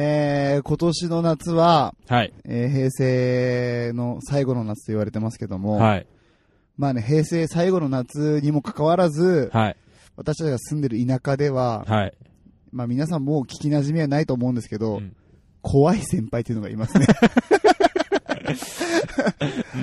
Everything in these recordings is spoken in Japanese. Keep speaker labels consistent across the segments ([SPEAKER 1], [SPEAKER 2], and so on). [SPEAKER 1] えー、今年の夏は、
[SPEAKER 2] はい。
[SPEAKER 1] えー平成の最後の夏と言われてますけども、
[SPEAKER 2] はい。
[SPEAKER 1] まあね、平成最後の夏にもかかわらず、
[SPEAKER 2] はい。
[SPEAKER 1] 私たちが住んでる田舎では、
[SPEAKER 2] はい。
[SPEAKER 1] まあ皆さんもう聞き馴染みはないと思うんですけど、
[SPEAKER 2] うん
[SPEAKER 1] 怖い先輩っていうのがいますね。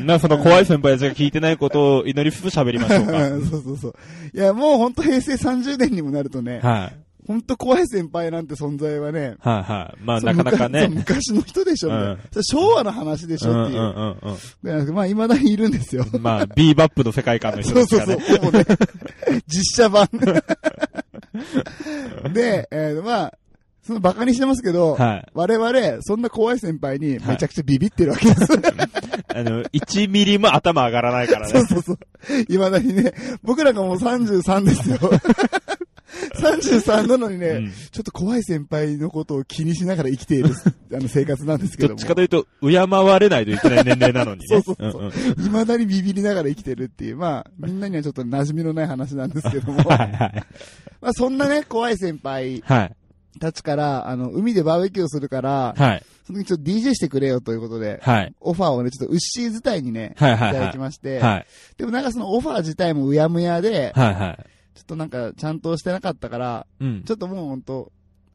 [SPEAKER 2] な、その怖い先輩たちが聞いてないことを祈りつつ喋りましょ う か。
[SPEAKER 1] そうそうそう。いや、もう本当平成30年にもなるとね、
[SPEAKER 2] はい。
[SPEAKER 1] 本当怖い先輩なんて存在はね、
[SPEAKER 2] はいはい。まあ、
[SPEAKER 1] そう
[SPEAKER 2] なかなか
[SPEAKER 1] 昔
[SPEAKER 2] ね。
[SPEAKER 1] そう昔の人でしょ、みたいな
[SPEAKER 2] うん
[SPEAKER 1] それ昭和の話でし
[SPEAKER 2] うんう
[SPEAKER 1] ょ
[SPEAKER 2] ん
[SPEAKER 1] っていうう。
[SPEAKER 2] ん
[SPEAKER 1] でなんかまあ、未だにいるんですよ。
[SPEAKER 2] うん。まあ、ビーバップの世界観の人
[SPEAKER 1] そ
[SPEAKER 2] で
[SPEAKER 1] う
[SPEAKER 2] す
[SPEAKER 1] そう
[SPEAKER 2] か
[SPEAKER 1] そう、
[SPEAKER 2] ね。
[SPEAKER 1] ほぼね。 実写版。で、えーまあ、そのバカにしてますけど、
[SPEAKER 2] はい。
[SPEAKER 1] 我々、そんな怖い先輩にめちゃくちゃビビってるわ けです。
[SPEAKER 2] あの、1ミリも頭上がらないから
[SPEAKER 1] そう
[SPEAKER 2] ね。
[SPEAKER 1] そう そう。いまだにね、僕らがもう33ですよ。33なのにね、
[SPEAKER 2] うん
[SPEAKER 1] ちょっと怖い先輩のことを気にしながら生きてい る、あの生活なんですけ
[SPEAKER 2] ど
[SPEAKER 1] ど
[SPEAKER 2] っ
[SPEAKER 1] も。
[SPEAKER 2] ちかというと、敬われないといけない年齢なのにね。
[SPEAKER 1] そうそうそうん
[SPEAKER 2] ん
[SPEAKER 1] いまだにビビりながら生きてるっていう、まあ、みんなにはちょっと馴染みのない話なんですけども。
[SPEAKER 2] はいはい。
[SPEAKER 1] まあ、そんなね、怖い先輩
[SPEAKER 2] はい。
[SPEAKER 1] たちから、あの、海でバーベキューをするから、
[SPEAKER 2] はい。
[SPEAKER 1] その時ちょっと DJ してくれよということで、
[SPEAKER 2] はい。
[SPEAKER 1] オファーをね、ちょっとウッシー自体にね、
[SPEAKER 2] はい
[SPEAKER 1] い
[SPEAKER 2] は
[SPEAKER 1] た
[SPEAKER 2] いは
[SPEAKER 1] だ
[SPEAKER 2] い
[SPEAKER 1] き。まして、
[SPEAKER 2] はい。
[SPEAKER 1] でもなんかそのオファー自体もうやむやで、
[SPEAKER 2] はいはい。
[SPEAKER 1] ちょっとなんかちゃんとしてなかったから、
[SPEAKER 2] うん。
[SPEAKER 1] ちょっともうほんと、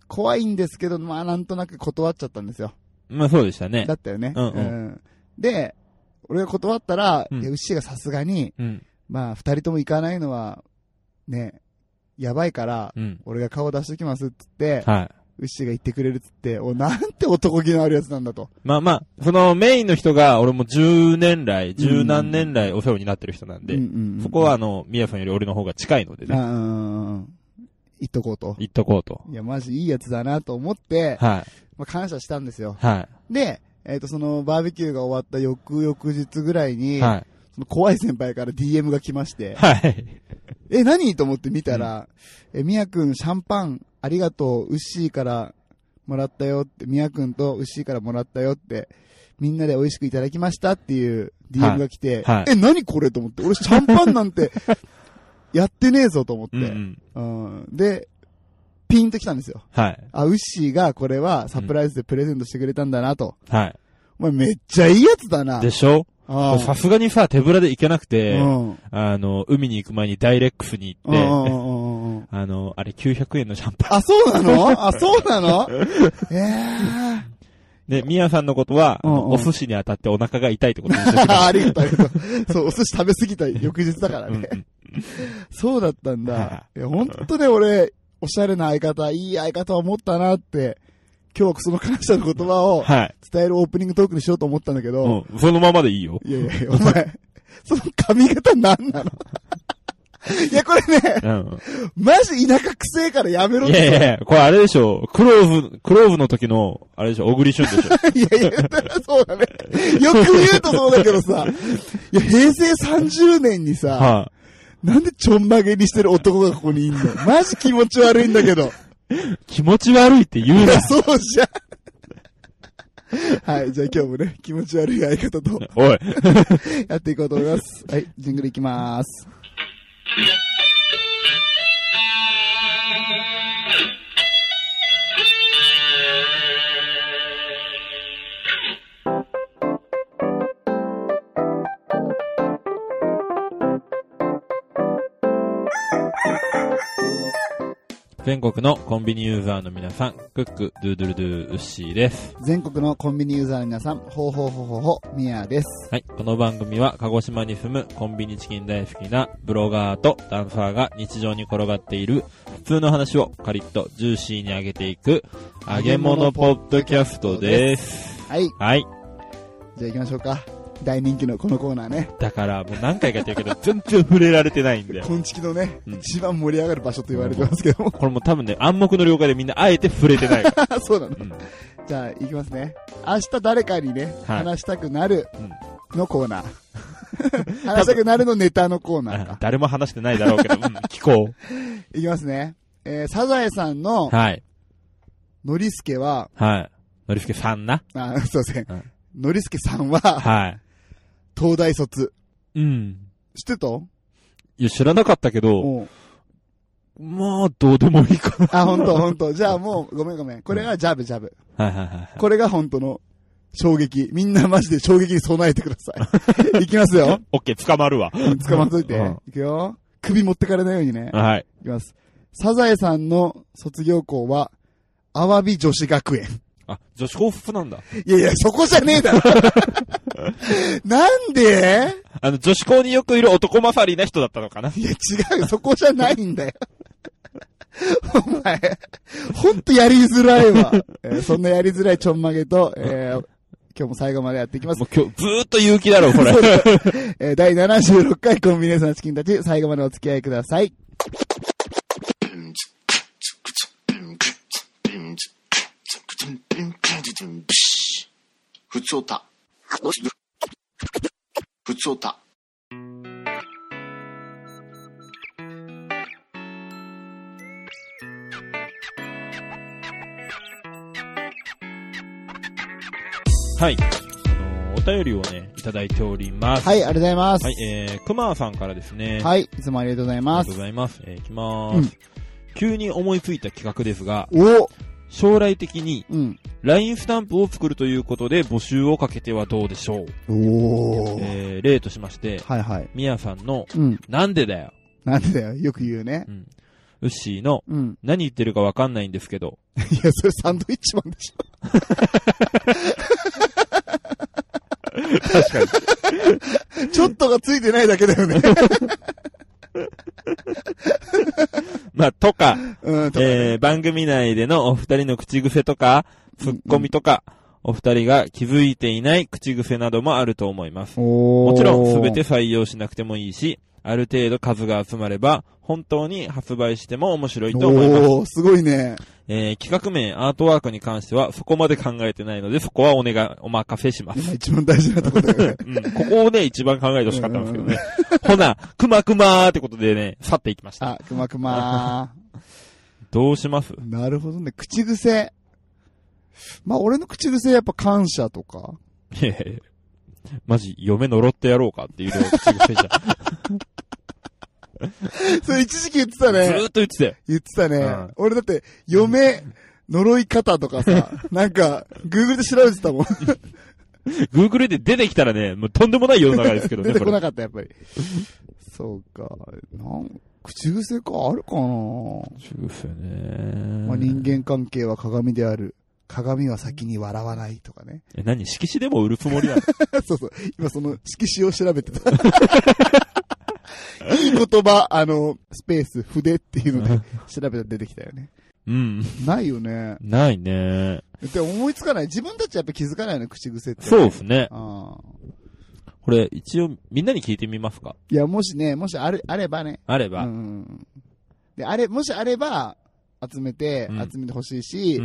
[SPEAKER 1] 怖いんですけど、まあなんとなく断っちゃったんですよ。
[SPEAKER 2] まあそうでしたね
[SPEAKER 1] だ。ったよね。
[SPEAKER 2] うんうん
[SPEAKER 1] で、俺が断ったら、
[SPEAKER 2] うん
[SPEAKER 1] いやウッシーがさすがに、
[SPEAKER 2] うん。
[SPEAKER 1] まあ二人とも行かないのは、ね、やばいから、
[SPEAKER 2] うん。
[SPEAKER 1] 俺が顔出してきますっつって、
[SPEAKER 2] はい。
[SPEAKER 1] ウッシーが言ってくれるっつって、お、なんて男気のあるやつなんだと。
[SPEAKER 2] まあまあ、そのメインの人が、俺も10年来、十何年来お世話になってる人なんで、
[SPEAKER 1] うんうんうん
[SPEAKER 2] そこはあの、みやさんより俺の方が近いので
[SPEAKER 1] あ
[SPEAKER 2] ね、
[SPEAKER 1] ーうん言っとこうと。
[SPEAKER 2] 言っとこうと。
[SPEAKER 1] いや、マジいいやつだなと思って、
[SPEAKER 2] は
[SPEAKER 1] まあ、感謝したんですよ。
[SPEAKER 2] い。は
[SPEAKER 1] で、えっ、と、その、バーベキューが終わった翌々日ぐらい
[SPEAKER 2] い。
[SPEAKER 1] に、
[SPEAKER 2] は
[SPEAKER 1] その怖い先輩から DM が来まし
[SPEAKER 2] い。
[SPEAKER 1] て、
[SPEAKER 2] はい。
[SPEAKER 1] え、何と思って見たら、え、みやくん、シャンパン、ありがとう、ウッシーからもらったよって、みやくんとウッシーからもらったよって、みんなで美味しくいただきましたっていう DM が来て、
[SPEAKER 2] はいはい
[SPEAKER 1] え、何これと思って、俺シャンパンなんて、 やってねえぞと思って、
[SPEAKER 2] うんうん。
[SPEAKER 1] うんで、ピンと来たんですよ。
[SPEAKER 2] はい。
[SPEAKER 1] あ、ウッシーがこれはサプライズでプレゼントしてくれたんだなと。
[SPEAKER 2] は。。
[SPEAKER 1] お前めっちゃいいやつだない
[SPEAKER 2] でしょ
[SPEAKER 1] あ
[SPEAKER 2] さすがにさ、手ぶらで行けなくて、
[SPEAKER 1] うん。
[SPEAKER 2] あの、海に行く前にダイレックスに
[SPEAKER 1] うんうんう
[SPEAKER 2] 行って、
[SPEAKER 1] んうんうん
[SPEAKER 2] あの、あれ900円のシャンパン。
[SPEAKER 1] あ、そうなのあ、そうな のえ
[SPEAKER 2] で、みやさんのことは、あ
[SPEAKER 1] うんう
[SPEAKER 2] の
[SPEAKER 1] ん
[SPEAKER 2] お寿司に当たってお腹が痛いってことにしてくれ
[SPEAKER 1] ー、 ありがとう、ありがとう。そう、お寿司食べ過ぎた翌日だから
[SPEAKER 2] うん
[SPEAKER 1] ね。
[SPEAKER 2] うん
[SPEAKER 1] そうだったんだ
[SPEAKER 2] は。
[SPEAKER 1] いや、ほんとね、俺、おしゃれな相方、いい相方を持ったなって、今日はその感謝の言葉を
[SPEAKER 2] はい。
[SPEAKER 1] 伝えるオープニングトークにしようと思ったんだけど、
[SPEAKER 2] うんそのままで いいよ。
[SPEAKER 1] いやいやいや、お前、その髪型なんなの いや、これね、
[SPEAKER 2] うん。
[SPEAKER 1] マジ田舎くせえからやめろっ
[SPEAKER 2] い
[SPEAKER 1] て。
[SPEAKER 2] やいやいや、これあれでしょ、クローブ、クローブの時の、あれでしょ、小栗旬でしょ。
[SPEAKER 1] いやいや、そうだね。よく言うとそうだけどさ、いや、平成30年にさ、
[SPEAKER 2] は
[SPEAKER 1] なんでちょんまげにしてる男がここにいんのマジ気持ち悪いんだけど。
[SPEAKER 2] い。気持ち悪いって言う
[SPEAKER 1] い
[SPEAKER 2] な
[SPEAKER 1] や、。そうじゃん。はい、じゃあ今日もね、気持ち悪い相方と
[SPEAKER 2] おい。
[SPEAKER 1] やっていこうと思います。はい、ジングルいきまーす。
[SPEAKER 2] 全国のコンビニユーザーの皆さん、クック、ドゥードゥルドゥー、ウッシーです。
[SPEAKER 1] 全国のコンビニユーザーの皆さん、ほうほうほうほうほう、みやです。
[SPEAKER 2] はい。この番組は、鹿児島に住むコンビニチキン大好きなブロガーとダンサーが日常に転がっている普通の話をカリッとジューシーに上げていく、揚げ物ポッドキャストです。
[SPEAKER 1] はい、
[SPEAKER 2] はい。
[SPEAKER 1] じゃあ行きましょうか。大人気のこのコーナーね。
[SPEAKER 2] だから、もう何回かやってるけど、全然触れられてないんだよ。
[SPEAKER 1] 今月のね、
[SPEAKER 2] うん
[SPEAKER 1] 一番盛り上がる場所と言われてますけども。
[SPEAKER 2] これもう多分ね、暗黙の了解でみんなあえて触れてない から。
[SPEAKER 1] あそうなの。
[SPEAKER 2] うん
[SPEAKER 1] じゃあ行きますね。明日誰かにね、
[SPEAKER 2] はい
[SPEAKER 1] 話したくなるのコーナー。 話したくなるのネタのコーナー
[SPEAKER 2] あ
[SPEAKER 1] か。
[SPEAKER 2] 誰も話してないだろうけど、うん、 聞こ
[SPEAKER 1] いきますね。えー、サザエさんの
[SPEAKER 2] う。はい。
[SPEAKER 1] ノリスケは、
[SPEAKER 2] はい。のりすけさんな。
[SPEAKER 1] あ、すいません
[SPEAKER 2] うん。
[SPEAKER 1] ノリスケさんは、
[SPEAKER 2] は
[SPEAKER 1] 東大卒。
[SPEAKER 2] い。うん。
[SPEAKER 1] 知ってた
[SPEAKER 2] いや、知らなかったけど、
[SPEAKER 1] うん
[SPEAKER 2] まあ、どうでもいいか
[SPEAKER 1] あ、ほんとほんと。じゃあもう、ごめんごめん。これはジャブジャブ。
[SPEAKER 2] なはいはいはい。
[SPEAKER 1] これが本当の衝撃。みんなマジで衝撃に備えてくださ い。いきますよ。
[SPEAKER 2] オッケー、捕まるわ。
[SPEAKER 1] 捕まっといて。
[SPEAKER 2] うん
[SPEAKER 1] いくよ。首持ってかれないようにね。
[SPEAKER 2] はい。
[SPEAKER 1] いきます。サザエさんの卒業校は、アワビ女子学園。
[SPEAKER 2] あ、女子幸福なんだ。
[SPEAKER 1] いやいや、そこじゃねえだ ろ。なんで
[SPEAKER 2] あの、女子校によくいる男まさりな人だったのかない
[SPEAKER 1] や、違うよ。そこじゃないんだよ。お前、ほんとやりづらいわ。えーそんなやりづらいちょんまげと、えー今日も最後までやっていきます。
[SPEAKER 2] もう今日、ずーっと勇気だろ、こ れ。
[SPEAKER 1] えー第76回コンビネーションのチキンたち、最後までお付き合いください。
[SPEAKER 3] ふつおた。ふつおた。
[SPEAKER 2] はい。あのお便りをね、いただいております。
[SPEAKER 1] はい、ありがとうございます。
[SPEAKER 2] はい、えー、くまさんからですね。
[SPEAKER 1] はい、いつもありがとうござい
[SPEAKER 2] あり
[SPEAKER 1] ま
[SPEAKER 2] がとう
[SPEAKER 1] す。
[SPEAKER 2] ございます。えー、いきまーす。急に思いついた企画ですが、
[SPEAKER 1] お
[SPEAKER 2] 将来的に
[SPEAKER 1] うん。
[SPEAKER 2] LINE スタンプを作るということで募集をかけてはどうでしょう。
[SPEAKER 1] おー。
[SPEAKER 2] えー、例としまして、
[SPEAKER 1] はいはい。
[SPEAKER 2] みやさんの、
[SPEAKER 1] うん。
[SPEAKER 2] なんでだよ。
[SPEAKER 1] なんでだよ。よく言うね。
[SPEAKER 2] うん。うっしーの、
[SPEAKER 1] うん。
[SPEAKER 2] 何言ってるかわかんないんですけど、
[SPEAKER 1] いや、それサンドイッチマンでしょ。
[SPEAKER 2] 確かに。
[SPEAKER 1] ちょっとがついてないだけだよね。
[SPEAKER 2] まあ、とか、
[SPEAKER 1] うん、とかね
[SPEAKER 2] えー、番組内でのお二人の口癖とか、ツッコミとか、お二人が気づいていない口癖などもあると思います。
[SPEAKER 1] おー
[SPEAKER 2] もちろん、すべて採用しなくてもいいし、ある程度数が集まれば、本当に発売しても面白いと思います。
[SPEAKER 1] おー、すごいね。
[SPEAKER 2] えー、企画面、アートワークに関しては、そこまで考えてないので、そこはお願い、お任せします。
[SPEAKER 1] 今一番大事なとこだよ ね。
[SPEAKER 2] うん、ここをね、一番考えてほしかったんですけどね。ほな、くまくまーってことでね、去っていきました。
[SPEAKER 1] あ、くまく ま
[SPEAKER 2] どうします
[SPEAKER 1] ー。なるほどね。口癖。まあ、俺の口癖やっぱ感謝とか。
[SPEAKER 2] いやいやいやマジ、嫁呪ってやろうかっていうのが口癖じゃん。
[SPEAKER 1] それ一時期言ってた
[SPEAKER 2] ず
[SPEAKER 1] ね
[SPEAKER 2] ー。っと言ってたよ。
[SPEAKER 1] 言ってたね。
[SPEAKER 2] うん
[SPEAKER 1] 俺だって、嫁、呪い方とかさ、なんか、グーグルで調べてたもん。
[SPEAKER 2] Google で出てきたらね、もうとんでもない世の中ですけど
[SPEAKER 1] 出
[SPEAKER 2] ね、
[SPEAKER 1] て
[SPEAKER 2] こ
[SPEAKER 1] こ
[SPEAKER 2] れ。
[SPEAKER 1] なかった、やっぱり。そうか。なん口癖か、あるかな、
[SPEAKER 2] 口癖ね。
[SPEAKER 1] まあ、人間関係は鏡である。鏡は先に笑わないとかね。
[SPEAKER 2] え、何色紙でも売るつもりなの
[SPEAKER 1] そうそう。今その色紙を調べて た。いい言葉、あの、スペース、筆っていうので調べたら出てきたよね。
[SPEAKER 2] うん。
[SPEAKER 1] ないよね。
[SPEAKER 2] ないね。
[SPEAKER 1] で思いつかない。自分たちやっぱ気づかないよね、口癖って。
[SPEAKER 2] そうですね。
[SPEAKER 1] ああ
[SPEAKER 2] これ、一応、みんなに聞いてみますか
[SPEAKER 1] いや、もしね、もしあれ、あればね。
[SPEAKER 2] あれ
[SPEAKER 1] う
[SPEAKER 2] ば。うん。
[SPEAKER 1] ん。で、あれ、もしあれば、集めて、
[SPEAKER 2] うん
[SPEAKER 1] 集めてほしいし、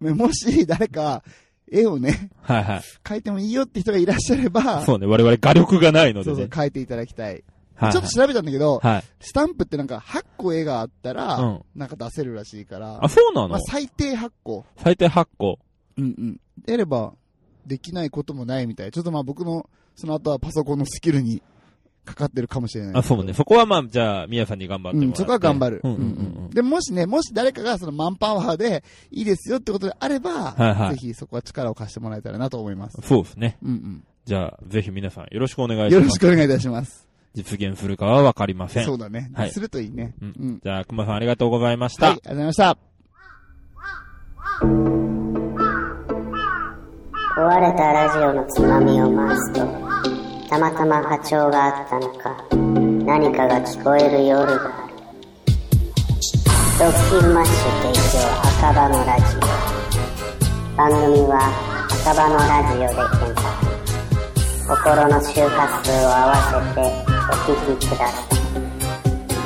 [SPEAKER 1] ねもし誰か、絵をね、
[SPEAKER 2] はいはい。
[SPEAKER 1] 描いてもいいよって人がいらっしゃれば、
[SPEAKER 2] そうね、我々画力がないの
[SPEAKER 1] そ
[SPEAKER 2] で
[SPEAKER 1] うそう
[SPEAKER 2] ね。
[SPEAKER 1] 描いていただきたい。
[SPEAKER 2] はい
[SPEAKER 1] ちょっと調べたんだけど、
[SPEAKER 2] はい。はい。
[SPEAKER 1] スタンプってなんか8個絵があったら、
[SPEAKER 2] うん
[SPEAKER 1] なんか出せるらしいから、
[SPEAKER 2] あ、そうな
[SPEAKER 1] ま
[SPEAKER 2] の
[SPEAKER 1] あ最低8個。
[SPEAKER 2] 最低8個。
[SPEAKER 1] うんうん。でれば、できないこともないみたい。ちょっとまあ僕の、その後はパソコンのスキルにかかってるかもしれない。
[SPEAKER 2] あ、そうね。そこはまあ、じゃあ、みやさんに頑張って
[SPEAKER 1] う
[SPEAKER 2] もらっ
[SPEAKER 1] ん、
[SPEAKER 2] て。
[SPEAKER 1] そこは頑張る。
[SPEAKER 2] うんうん
[SPEAKER 1] うん
[SPEAKER 2] う
[SPEAKER 1] うんん。で、もしね、もし誰かがそのマンパワーでいいですよってことであれば、
[SPEAKER 2] はいはい
[SPEAKER 1] ぜひそこは力を貸してもらえたらなと思います
[SPEAKER 2] うん。。そうですね。
[SPEAKER 1] うん
[SPEAKER 2] じゃあ、ぜひ皆さんよろしくお願
[SPEAKER 1] う
[SPEAKER 2] い
[SPEAKER 1] ん。
[SPEAKER 2] し
[SPEAKER 1] よ
[SPEAKER 2] ま
[SPEAKER 1] ろ
[SPEAKER 2] す
[SPEAKER 1] し。くお願いいたします。
[SPEAKER 2] 実現するかはわかりません。
[SPEAKER 1] そうだね。
[SPEAKER 2] はい
[SPEAKER 1] するといいね。
[SPEAKER 2] う
[SPEAKER 1] うんん。
[SPEAKER 2] じゃあ、熊さんありがとうございまし
[SPEAKER 1] はい、あ
[SPEAKER 2] た。
[SPEAKER 1] りがとうございました。
[SPEAKER 4] 壊れたラジオのつまみを回すとたまたま波長があったのか何かが聞こえる夜がある「ドッキンマッシュ提供赤羽のラジオ」番組は赤羽のラジオで検索心の周波数を合わせてお聞きください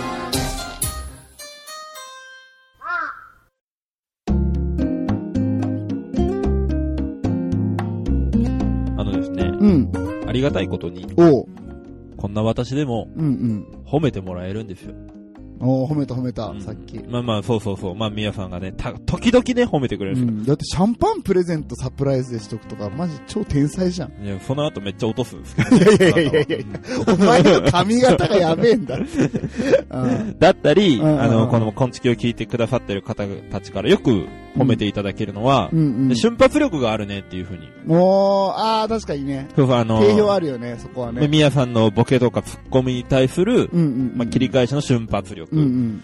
[SPEAKER 2] あのですね、
[SPEAKER 1] うん。
[SPEAKER 2] ありがたいことに、
[SPEAKER 1] おう。
[SPEAKER 2] こんな私でも
[SPEAKER 1] うんうん。
[SPEAKER 2] 褒めてもらえるんですよ。
[SPEAKER 1] おお褒めた褒めた、
[SPEAKER 2] うん
[SPEAKER 1] さっき。
[SPEAKER 2] まあまあ、そうそうそう。まあ、みやさんがね、た、時々ね、褒めてくれ
[SPEAKER 1] う
[SPEAKER 2] るんです
[SPEAKER 1] ん、だってシャンパンプレゼントサプライズでしとくとか、マジ超天才じゃん。
[SPEAKER 2] よ。いや、その後めっちゃ落とすんですけど。
[SPEAKER 1] いやいやいやいやいや、お前の髪型がやべえん だって。うん
[SPEAKER 2] だった
[SPEAKER 1] う
[SPEAKER 2] り、
[SPEAKER 1] んうんうん
[SPEAKER 2] あの、この、こんちきを聞いてくださってる方たちからよく褒めていただけるのは、
[SPEAKER 1] うん
[SPEAKER 2] 瞬発力があるねっていうふうに。
[SPEAKER 1] うん。もう、ああ、確かにね。
[SPEAKER 2] そうそう、あの、
[SPEAKER 1] 定評あるよね、そこはね。
[SPEAKER 2] みやさんのボケとかツッコミに対する、
[SPEAKER 1] うんうんうん。
[SPEAKER 2] まあ、切り返しの瞬発
[SPEAKER 1] うんう
[SPEAKER 2] 力
[SPEAKER 1] ん。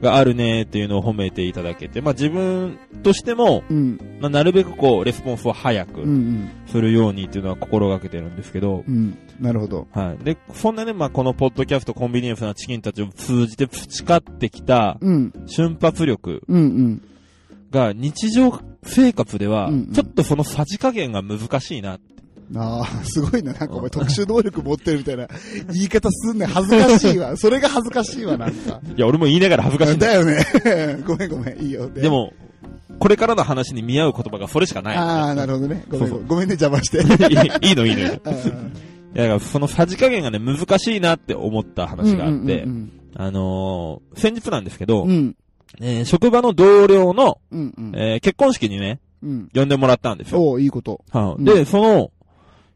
[SPEAKER 2] があるねっていうのを褒めていただけて、まあ、自分としても、
[SPEAKER 1] うん
[SPEAKER 2] まあ、なるべくこう、レスポンスを早
[SPEAKER 1] うんう
[SPEAKER 2] く
[SPEAKER 1] ん。
[SPEAKER 2] するようにっていうのは心がけてるんですけど、
[SPEAKER 1] うん。なるほど。
[SPEAKER 2] はい。で、そんなね、まあ、このポッドキャストコンビニエンスなチキンたちを通じて培ってきた
[SPEAKER 1] うん。
[SPEAKER 2] 瞬発力
[SPEAKER 1] うんうん。
[SPEAKER 2] が日常生活では
[SPEAKER 1] うんうん、
[SPEAKER 2] ちょっとそのさじ加減が難しいな。
[SPEAKER 1] ああ、すごいな。なんかお前特殊能力持ってるみたいな言い方すんね。恥ずかしいわ。それが恥ずかしいわ、なんか。
[SPEAKER 2] いや、俺も言いながら恥ずかしいんだ
[SPEAKER 1] だ
[SPEAKER 2] よ。
[SPEAKER 1] よね。 ごめんごめん。いいよ。
[SPEAKER 2] で、も、これからの話に見合う言葉がそれしかない。
[SPEAKER 1] ああ、なるほどね。ごめん
[SPEAKER 2] そ
[SPEAKER 1] ご
[SPEAKER 2] うそ
[SPEAKER 1] めん。ごめんね、邪魔して。
[SPEAKER 2] いいいのいいの。い
[SPEAKER 1] う
[SPEAKER 2] や
[SPEAKER 1] ん
[SPEAKER 2] だからそのさじ加減がね、難しいなって思った話があって
[SPEAKER 1] う、ん
[SPEAKER 2] あのー、先日なんですけ
[SPEAKER 1] う
[SPEAKER 2] ど
[SPEAKER 1] んう、ん。
[SPEAKER 2] えー職場の同僚の、
[SPEAKER 1] うんうんうん。
[SPEAKER 2] えー結婚式にね、
[SPEAKER 1] うん。
[SPEAKER 2] 呼んでもらったんですよ。
[SPEAKER 1] おおいいこと。
[SPEAKER 2] は
[SPEAKER 1] う
[SPEAKER 2] い
[SPEAKER 1] ん
[SPEAKER 2] で、その、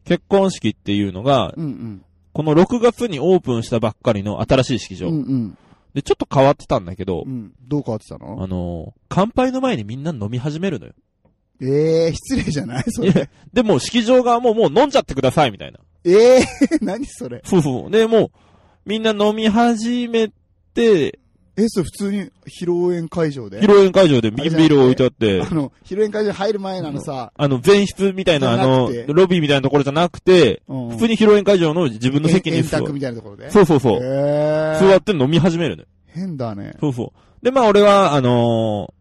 [SPEAKER 2] 結婚式っていうのが、
[SPEAKER 1] うんうん。
[SPEAKER 2] この6月にオープンしたばっかりの新しい式場。
[SPEAKER 1] うんうん。
[SPEAKER 2] で、ちょっと変わってたんだけど
[SPEAKER 1] う、ん。どう変わってたの
[SPEAKER 2] あのー、乾杯の前にみんな飲み始めるのよ。
[SPEAKER 1] ええ、失礼じゃないそれ。
[SPEAKER 2] いやで、もう式場側ももう飲んじゃってくださいみたいな。
[SPEAKER 1] ええ、何それ。
[SPEAKER 2] そうそう。で、もう、みんな飲み始めて、
[SPEAKER 1] え、それ普通に披露宴会場で
[SPEAKER 2] 披露宴会場で瓶ビール置いてあって、
[SPEAKER 1] あの、披露宴会場に入る前のあのさ、
[SPEAKER 2] あの、前室みたいな、あ
[SPEAKER 1] じゃな
[SPEAKER 2] の
[SPEAKER 1] くて、
[SPEAKER 2] ロビーみたいなところじゃなくて、
[SPEAKER 1] うん
[SPEAKER 2] 普通に披露宴会場の自分の席に
[SPEAKER 1] 円
[SPEAKER 2] 座
[SPEAKER 1] 卓みたいなところで。
[SPEAKER 2] そうそうそう。
[SPEAKER 1] へ
[SPEAKER 2] 座
[SPEAKER 1] ー
[SPEAKER 2] って飲み始めるのよ。
[SPEAKER 1] 変だね。
[SPEAKER 2] そうそう。で、まあ俺は、あのー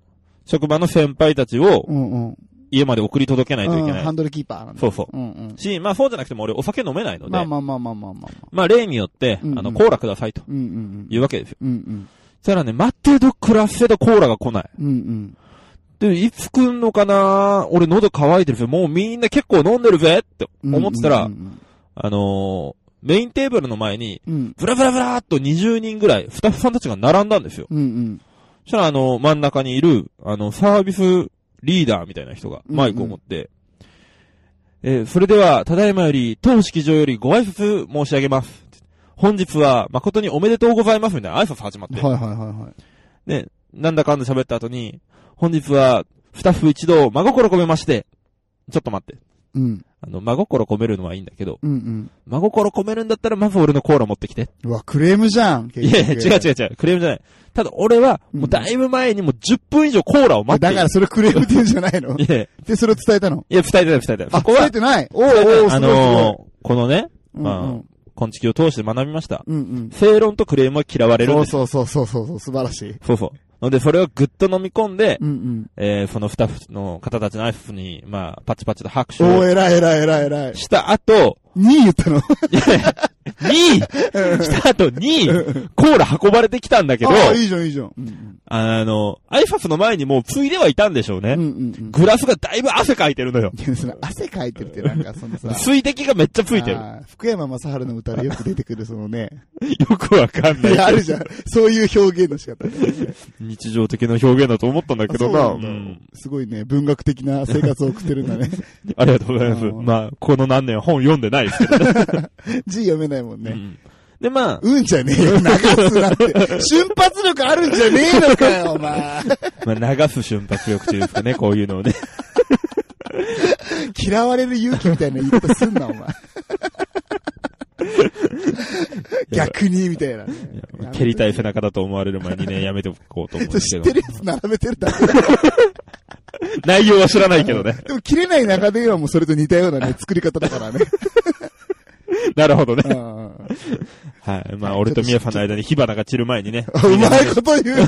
[SPEAKER 2] 職場の先輩たちを
[SPEAKER 1] うんうん。
[SPEAKER 2] 家まで送り届けないといけ
[SPEAKER 1] う
[SPEAKER 2] なん
[SPEAKER 1] ハ
[SPEAKER 2] い。
[SPEAKER 1] ンドルキーパーなんだ。
[SPEAKER 2] そうそ
[SPEAKER 1] うんうん
[SPEAKER 2] う。。し、まあそうじゃなくても俺お酒飲めないので、
[SPEAKER 1] ま
[SPEAKER 2] ま
[SPEAKER 1] あ
[SPEAKER 2] あ、
[SPEAKER 1] まあまあまあまあまあまあ。
[SPEAKER 2] 例によって、
[SPEAKER 1] うんうん
[SPEAKER 2] あの、コーラくださいと
[SPEAKER 1] うんうん
[SPEAKER 2] いうわけですよ。
[SPEAKER 1] うん。うん
[SPEAKER 2] そしたらね、待ってど暮らせどコーラが来ない。
[SPEAKER 1] うん。うんうん。
[SPEAKER 2] で、いつ来んのかな俺喉乾いてるぜ。もうみんな結構飲んでるぜって思ってたら、
[SPEAKER 1] うん
[SPEAKER 2] あのーメインテーブルの前に、
[SPEAKER 1] うんうん。
[SPEAKER 2] ブラブラブラーっと20人ぐらい、スタッフさんたちが並んだんですよ。
[SPEAKER 1] うんうん。
[SPEAKER 2] そしたら、あの、真ん中にいる、あの、サービスリーダーみたいな人が、
[SPEAKER 1] うんうん
[SPEAKER 2] マイクを持って、えーそれでは、ただいまより、当式場よりご挨拶申し上げます。本日は、誠におめでとうございますみたいな挨拶始まって、
[SPEAKER 1] はいはいはいはい。
[SPEAKER 2] で、なんだかんだ喋った後に、本日は、スタッフ一同、真心込めまして、ちょっと待って。
[SPEAKER 1] うん。
[SPEAKER 2] あの、真心込めるのはいいんだけど、
[SPEAKER 1] うんうん。
[SPEAKER 2] 真心込めるんだったら、まず俺のコーラ持ってきて。
[SPEAKER 1] うわ、クレームじゃん。
[SPEAKER 2] いやいや、違う
[SPEAKER 1] う。
[SPEAKER 2] 違う違う。クレームじゃない。ただ俺は、もうだいぶ前にもう10分以上コーラを待って
[SPEAKER 1] だ
[SPEAKER 2] いる
[SPEAKER 1] からそれクレームって言うんじゃないの
[SPEAKER 2] いやいや、
[SPEAKER 1] で、それを伝えたの。
[SPEAKER 2] いや、伝えてない、伝えてない。
[SPEAKER 1] あ、
[SPEAKER 2] そこ
[SPEAKER 1] 伝
[SPEAKER 2] は
[SPEAKER 1] え、てない。おうおう、
[SPEAKER 2] あ
[SPEAKER 1] すごいすごい
[SPEAKER 2] のー、このね、
[SPEAKER 1] うん
[SPEAKER 2] まあ
[SPEAKER 1] うん
[SPEAKER 2] こんちきを通して学びました。
[SPEAKER 1] うんうん。
[SPEAKER 2] 正論とクレームは嫌われるん
[SPEAKER 1] そ
[SPEAKER 2] で
[SPEAKER 1] う
[SPEAKER 2] す。
[SPEAKER 1] そうそうそうそう、素晴らしい。
[SPEAKER 2] そうそう。ので、それをぐっと飲み込んで、
[SPEAKER 1] うんうん。
[SPEAKER 2] えー、そのスタッフの方たちの挨拶に、まあ、パチパチと拍手
[SPEAKER 1] お
[SPEAKER 2] を
[SPEAKER 1] ー、偉い偉い偉い偉い。
[SPEAKER 2] した後、
[SPEAKER 1] 2位言ったの
[SPEAKER 2] いやいや2位した後に、コーラ運ばれてきたんだけど、
[SPEAKER 1] ああ、いいじゃんいいじゃん。うん
[SPEAKER 2] あの、挨拶の前にもうついではいたんでしょうね
[SPEAKER 1] うん。うんうん。
[SPEAKER 2] グラスがだいぶ汗かいてるのよ。
[SPEAKER 1] いやその 汗かいてるってなんか、そのさ。
[SPEAKER 2] 水滴がめっちゃついてる。
[SPEAKER 1] あー福山雅治の歌でよく出てくる、そのね。
[SPEAKER 2] よくわかん
[SPEAKER 1] いや、
[SPEAKER 2] な
[SPEAKER 1] あ
[SPEAKER 2] い。
[SPEAKER 1] るじゃん。そういう表現の仕方。
[SPEAKER 2] 日常的な表現だと思ったんだけどな。
[SPEAKER 1] あそううなん
[SPEAKER 2] ん
[SPEAKER 1] だすごいね、文学的な生活を送ってるんだね。
[SPEAKER 2] ありがとうございます。
[SPEAKER 1] うん
[SPEAKER 2] まあ、この何年本読んでないですけど
[SPEAKER 1] 字読めないもん
[SPEAKER 2] ね。
[SPEAKER 1] ね。
[SPEAKER 2] うん で、まあ、
[SPEAKER 1] うんじゃねえよ、流すなって。瞬発力あるんじゃねえのかよ、お前。
[SPEAKER 2] まあ、流す瞬発力というんですかね、こういうの をね。
[SPEAKER 1] 嫌われる勇気みたいな言い方すんな、 お前。逆に、みたいなね。
[SPEAKER 2] 蹴りたい背中だと思われる前にね、やめておこうと思うん
[SPEAKER 1] それ知って
[SPEAKER 2] ですけど
[SPEAKER 1] る。やつ並べてるだけだ。
[SPEAKER 2] 内 容は知らないけどね。
[SPEAKER 1] でも、切れない中ではもうそれと似たようなね、作り方だから ね。
[SPEAKER 2] なるほどね。
[SPEAKER 1] うん
[SPEAKER 2] はい。まあ、俺と宮さんの間に火花が散る前に ね、
[SPEAKER 1] うまいこと言うね。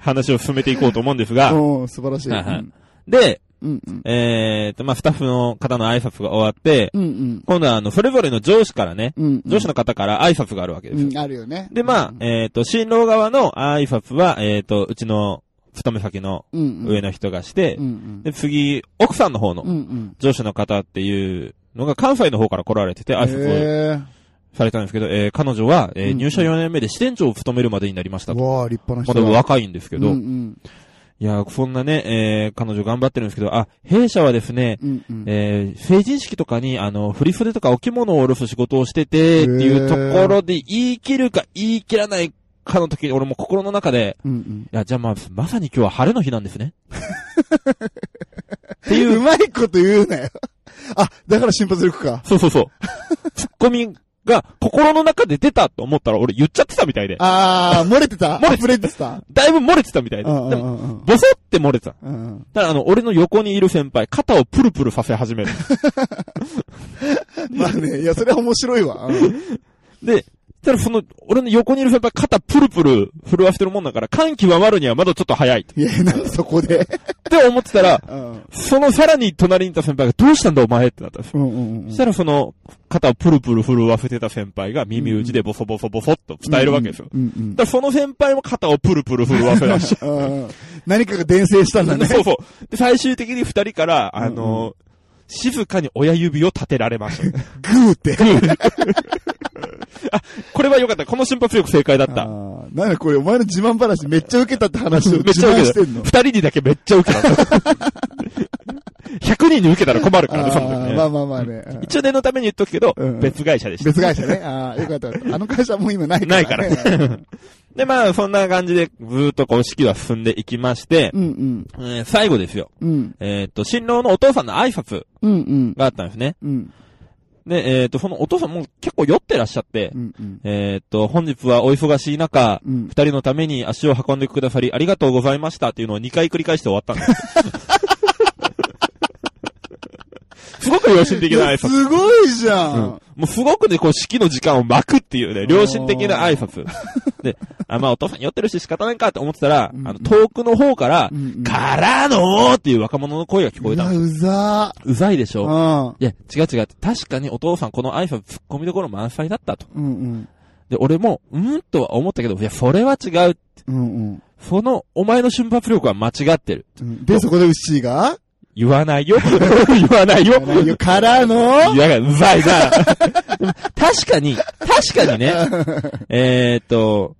[SPEAKER 2] 話を進めていこうと思うんですが、
[SPEAKER 1] うん、素晴らしい。う
[SPEAKER 2] はいはい
[SPEAKER 1] ん
[SPEAKER 2] で、
[SPEAKER 1] うんうん。
[SPEAKER 2] えーと、まあ、スタッフの方の挨拶が終わって、
[SPEAKER 1] うんうん。
[SPEAKER 2] 今度はあの、それぞれの上司からね、
[SPEAKER 1] うんうん。
[SPEAKER 2] 上司の方から挨拶があるわけですよ
[SPEAKER 1] うん、あるよね。
[SPEAKER 2] で、まあ、えっ、と、新郎側の挨拶は、えっ、と、うちの勤め先の
[SPEAKER 1] うんうん。
[SPEAKER 2] 上の人がして、
[SPEAKER 1] うんうん。
[SPEAKER 2] で、次、奥さんの方
[SPEAKER 1] うんう
[SPEAKER 2] の
[SPEAKER 1] ん。
[SPEAKER 2] 上司の方っていうのが関西の方から来られてて、挨拶を、
[SPEAKER 1] へー
[SPEAKER 2] されたんですけど、えー彼女は、えー
[SPEAKER 1] うん
[SPEAKER 2] 入社4年目で支店長を務めるまでになりましたと。
[SPEAKER 1] わあ、立派な
[SPEAKER 2] ま
[SPEAKER 1] 人
[SPEAKER 2] だ
[SPEAKER 1] だ。
[SPEAKER 2] 若いんですけど、
[SPEAKER 1] うんうん
[SPEAKER 2] いやー、そんなね、えー彼女頑張ってるんですけど、あ、弊社はですね、
[SPEAKER 1] うんうん
[SPEAKER 2] えー成人式とかに、あの、振り袖とかお着物を下ろす仕事をしてて、っていうところで言い切るか言い切らないかの時に、俺も心の中で、
[SPEAKER 1] うんうん
[SPEAKER 2] いや、じゃあまあ、まさに今日は晴れの日なんですね。っていう
[SPEAKER 1] うまいこと言うなよ。あ、だから瞬発力か。
[SPEAKER 2] そうそうそう。ツッコミが心の中で出たと思ったら俺言っちゃってたみたいで。
[SPEAKER 1] あー、漏れてた。
[SPEAKER 2] 漏れてた
[SPEAKER 1] 溢れてた。
[SPEAKER 2] だいぶ漏れてたみたいで。
[SPEAKER 1] うんうん
[SPEAKER 2] で
[SPEAKER 1] う
[SPEAKER 2] も
[SPEAKER 1] ん
[SPEAKER 2] ボソって漏れてた。
[SPEAKER 1] うんうん。
[SPEAKER 2] ただあの、俺の横にいる先輩、肩をプルプルさせ始める。
[SPEAKER 1] まあね、いや、それは面白いわ。うん
[SPEAKER 2] で、ただその、俺の横にいる先輩、肩プルプル震わしてるもんだから、歓喜はまるにはまだちょっと早い。っ
[SPEAKER 1] いや、なんでそこで。
[SPEAKER 2] て思ってたら、
[SPEAKER 1] うん
[SPEAKER 2] そのさらに隣にいた先輩が、どうしたんだお前ってなったんです。
[SPEAKER 1] うんうんうん
[SPEAKER 2] そしたらその、肩をプルプル震わせてた先輩が耳打ちでボソボソボソっと伝えるわけですよ。
[SPEAKER 1] うんうん
[SPEAKER 2] だからその先輩も肩をプルプル震わせだし、
[SPEAKER 1] うんうん何かが伝染したんだね。
[SPEAKER 2] そうそう。で、最終的に二人から、あの、静かに親指を立てられました。
[SPEAKER 1] グーって。
[SPEAKER 2] これは良かった。この瞬発力正解だっ
[SPEAKER 1] あ
[SPEAKER 2] た。
[SPEAKER 1] ーなんだこれ、お前の自慢話めっちゃ受けたって話を
[SPEAKER 2] めっち
[SPEAKER 1] 自
[SPEAKER 2] ゃ
[SPEAKER 1] 慢
[SPEAKER 2] 受
[SPEAKER 1] し
[SPEAKER 2] け
[SPEAKER 1] て
[SPEAKER 2] た。
[SPEAKER 1] んの
[SPEAKER 2] 二。人にだけめっちゃ受けた。100人に受けたら困るからね、その
[SPEAKER 1] あ
[SPEAKER 2] 時
[SPEAKER 1] ー
[SPEAKER 2] ね
[SPEAKER 1] まあまあまあね。うん
[SPEAKER 2] 一応念のために言っとくけど、
[SPEAKER 1] うん
[SPEAKER 2] 別会社でした。
[SPEAKER 1] 別会社ね。ああ、よかったよかった。あの会社はもう今ないから。
[SPEAKER 2] ないから。ね。で、まあ、そんな感じで、ずーっとこう、式は進んでいきまして、
[SPEAKER 1] うんうん。
[SPEAKER 2] えー最後ですよ。
[SPEAKER 1] うん。
[SPEAKER 2] えーっと、新郎のお父さんの挨拶
[SPEAKER 1] うんうん。
[SPEAKER 2] があったんですね。
[SPEAKER 1] うん。
[SPEAKER 2] で、えーっと、そのお父さんも結構酔ってらっしゃって、
[SPEAKER 1] うんうん。
[SPEAKER 2] えーっと、本日はお忙しい中、
[SPEAKER 1] うん
[SPEAKER 2] 二人のために足を運んでくださりありがとうございましたっていうのを2回繰り返して終わったん です。すごく良心的な挨拶。
[SPEAKER 1] すごいじゃ
[SPEAKER 2] うん
[SPEAKER 1] ん
[SPEAKER 2] も。うすごくね、こう、式の時間を巻くっていうね、良心的な挨拶。で、あ、まあお父さん酔ってるし仕方ないかって思ってたら、
[SPEAKER 1] うんうん
[SPEAKER 2] あの、遠くの方から、
[SPEAKER 1] うんうん
[SPEAKER 2] からのーっていう若者の声が聞こえ
[SPEAKER 1] う
[SPEAKER 2] た
[SPEAKER 1] わ、
[SPEAKER 2] の。
[SPEAKER 1] うざ
[SPEAKER 2] うざいでし
[SPEAKER 1] ー。
[SPEAKER 2] ょ
[SPEAKER 1] あ
[SPEAKER 2] いや、違う違う。確かにお父さんこの挨拶突っ込みどころ満載だったと。
[SPEAKER 1] うんうん。
[SPEAKER 2] で、俺も、うーんとは思ったけど、いや、それは違う。
[SPEAKER 1] うんうん
[SPEAKER 2] その、お前の瞬発力は間違ってる。
[SPEAKER 1] うん。で、そこでウッシーが
[SPEAKER 2] 言わないよ。 言わないよ。
[SPEAKER 1] から
[SPEAKER 2] い
[SPEAKER 1] の
[SPEAKER 2] や、うざいな。確かに、確か にね。えーっと、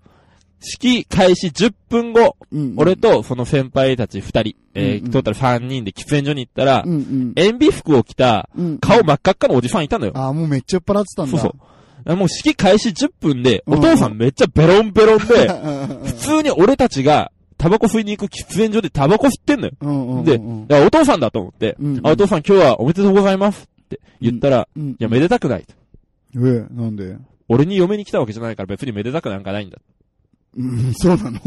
[SPEAKER 2] 式開始10分後、
[SPEAKER 1] うん
[SPEAKER 2] 俺とその先輩たち2人、え
[SPEAKER 1] うんう
[SPEAKER 2] ー、
[SPEAKER 1] ん
[SPEAKER 2] トータル3人で喫煙所に行ったら
[SPEAKER 1] う、ん
[SPEAKER 2] 塩ビ服を着た、
[SPEAKER 1] うん。うん。
[SPEAKER 2] 顔真っ赤っかのおじさんいたのよ。
[SPEAKER 1] あー、もうめっちゃ酔っ払ってたん
[SPEAKER 2] そ
[SPEAKER 1] だ。
[SPEAKER 2] うそう。もう式開始10分で、
[SPEAKER 1] うん
[SPEAKER 2] お父さんめっちゃベロンベロ ンで、普
[SPEAKER 1] う
[SPEAKER 2] 通に俺たちが、タバコ吸いに行く喫煙所でタバコ吸ってんのよ。
[SPEAKER 1] んうん。
[SPEAKER 2] で、
[SPEAKER 1] うんうん
[SPEAKER 2] だからお父さんだと思って、
[SPEAKER 1] うんうん
[SPEAKER 2] あ、お父さん今日はおめでとうございますって言ったら、
[SPEAKER 1] うん。い
[SPEAKER 2] いや、めでたくないと。
[SPEAKER 1] え、なんで
[SPEAKER 2] 俺に嫁に来たわけじゃないから別にめでたくなんかないんだ。
[SPEAKER 1] うん、そうなの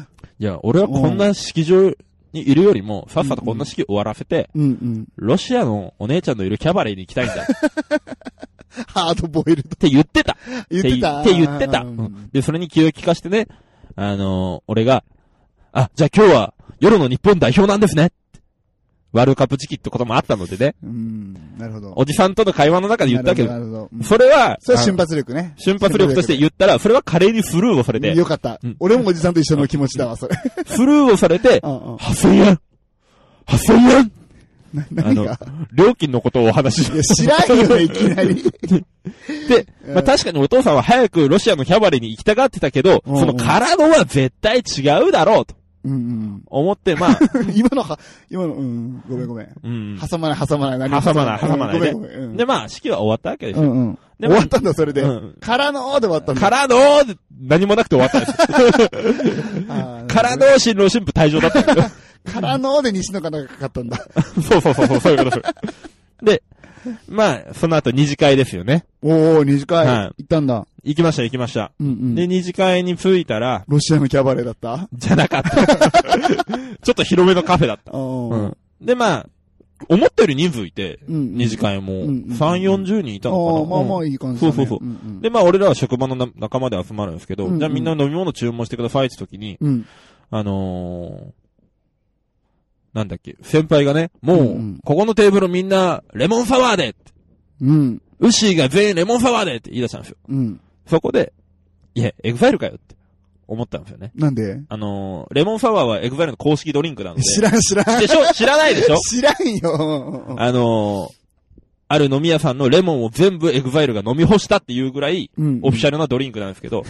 [SPEAKER 2] いや、俺はこんな式場にいるよりも、さっさとこんな式終わらせて、
[SPEAKER 1] うんうん。
[SPEAKER 2] ロシアのお姉ちゃんのいるキャバレーに行きたいんだ。っ
[SPEAKER 1] ハードボイルド。
[SPEAKER 2] て言ってた。
[SPEAKER 1] 言ってた。
[SPEAKER 2] って 言ってた。
[SPEAKER 1] う
[SPEAKER 2] うん
[SPEAKER 1] ん
[SPEAKER 2] で、それに気を利かしてね、あのー俺が、あ、じゃあ今日は夜の日本代表なんですね。ワールドカップ時期ってこともあったのでね、
[SPEAKER 1] うん。なるほど。
[SPEAKER 2] おじさんとの会話の中で言ったけど
[SPEAKER 1] な、るほど。なるほどうん
[SPEAKER 2] それは、
[SPEAKER 1] それは
[SPEAKER 2] あ
[SPEAKER 1] 瞬発力ね。
[SPEAKER 2] 瞬発力として言ったら、それは華麗にスルーをされて、
[SPEAKER 1] よかった
[SPEAKER 2] うん。
[SPEAKER 1] 俺もおじさんと一緒の気持ちだわ、それ。
[SPEAKER 2] スルーをされて
[SPEAKER 1] う、んうん
[SPEAKER 2] 8000円 !8000 円
[SPEAKER 1] な
[SPEAKER 2] あ
[SPEAKER 1] 何
[SPEAKER 2] の
[SPEAKER 1] が、
[SPEAKER 2] 料金のことをお話し
[SPEAKER 1] いや、知らんよね、いきなり。
[SPEAKER 2] で、まあ、確かにお父さんは早くロシアのキャバレーに行きたがってたけど、
[SPEAKER 1] うんうん
[SPEAKER 2] その体は絶対違うだろうと
[SPEAKER 1] うん
[SPEAKER 2] 思って、まあ、
[SPEAKER 1] うん。今のは、今の、うん、ごめんごめん。
[SPEAKER 2] うん。
[SPEAKER 1] 挟まない、挟まない何も。
[SPEAKER 2] 挟まない挟まない
[SPEAKER 1] ご
[SPEAKER 2] ね
[SPEAKER 1] めんごめん。うん
[SPEAKER 2] で、まあ、式は終わったわけです
[SPEAKER 1] う
[SPEAKER 2] よ。
[SPEAKER 1] んうん。
[SPEAKER 2] で
[SPEAKER 1] 終わったんだ、それで
[SPEAKER 2] うん。
[SPEAKER 1] からのーで終わったんだ。
[SPEAKER 2] からのー、何もなくて終わった んですよ。
[SPEAKER 1] あー
[SPEAKER 2] からのー、新郎新婦退場だったんですよ。
[SPEAKER 1] からのーで西野カナがかかったんだ。
[SPEAKER 2] そうそうそうそう、そういうことです。で、まあ、その後二次会ですよね。
[SPEAKER 1] おー、二次会。
[SPEAKER 2] は
[SPEAKER 1] 行ったんだ。
[SPEAKER 2] 行きました、行きました。
[SPEAKER 1] うんうん。
[SPEAKER 2] で、二次会に着いたら、
[SPEAKER 1] ロシアのキャバレーだった
[SPEAKER 2] じゃな かった。ちょっと広めのカフェだっ
[SPEAKER 1] う
[SPEAKER 2] た。
[SPEAKER 1] ん
[SPEAKER 2] う。ん。で、まあ、思ったより人数いて、
[SPEAKER 1] うん
[SPEAKER 2] 二次会も、
[SPEAKER 1] うんうん
[SPEAKER 2] 三四十人いた
[SPEAKER 1] あ
[SPEAKER 2] のか
[SPEAKER 1] ー
[SPEAKER 2] な。
[SPEAKER 1] まあまあ
[SPEAKER 2] うん
[SPEAKER 1] いい感じだね。
[SPEAKER 2] そうそうそうん
[SPEAKER 1] ん
[SPEAKER 2] で、まあ、俺らは職場のな仲間で集まるんですけど、
[SPEAKER 1] うんうん
[SPEAKER 2] じゃあみんな飲み物注文してくださいって時に、
[SPEAKER 1] うん。
[SPEAKER 2] あのー、なんだっけ、先輩がね、もう、
[SPEAKER 1] うんうん
[SPEAKER 2] ここのテーブルみんな、レモンサワーでって
[SPEAKER 1] うん。
[SPEAKER 2] ウッシーが全員レモンサワーでって言い出したんですよ。
[SPEAKER 1] うん。
[SPEAKER 2] そこで、いや、エグザイルかよって思ったんですよね。
[SPEAKER 1] なんで
[SPEAKER 2] あのー、レモンサワーはエグザイルの公 式ドリンクなので。
[SPEAKER 1] 知らん知らん。
[SPEAKER 2] でしょ知らないでしょ
[SPEAKER 1] 知らんよ。
[SPEAKER 2] あのー、ある飲み屋さんのレモンを全部エグザイルが飲み干したっていうぐらい、
[SPEAKER 1] うん
[SPEAKER 2] オフィシャルなドリンクなんですけど、こ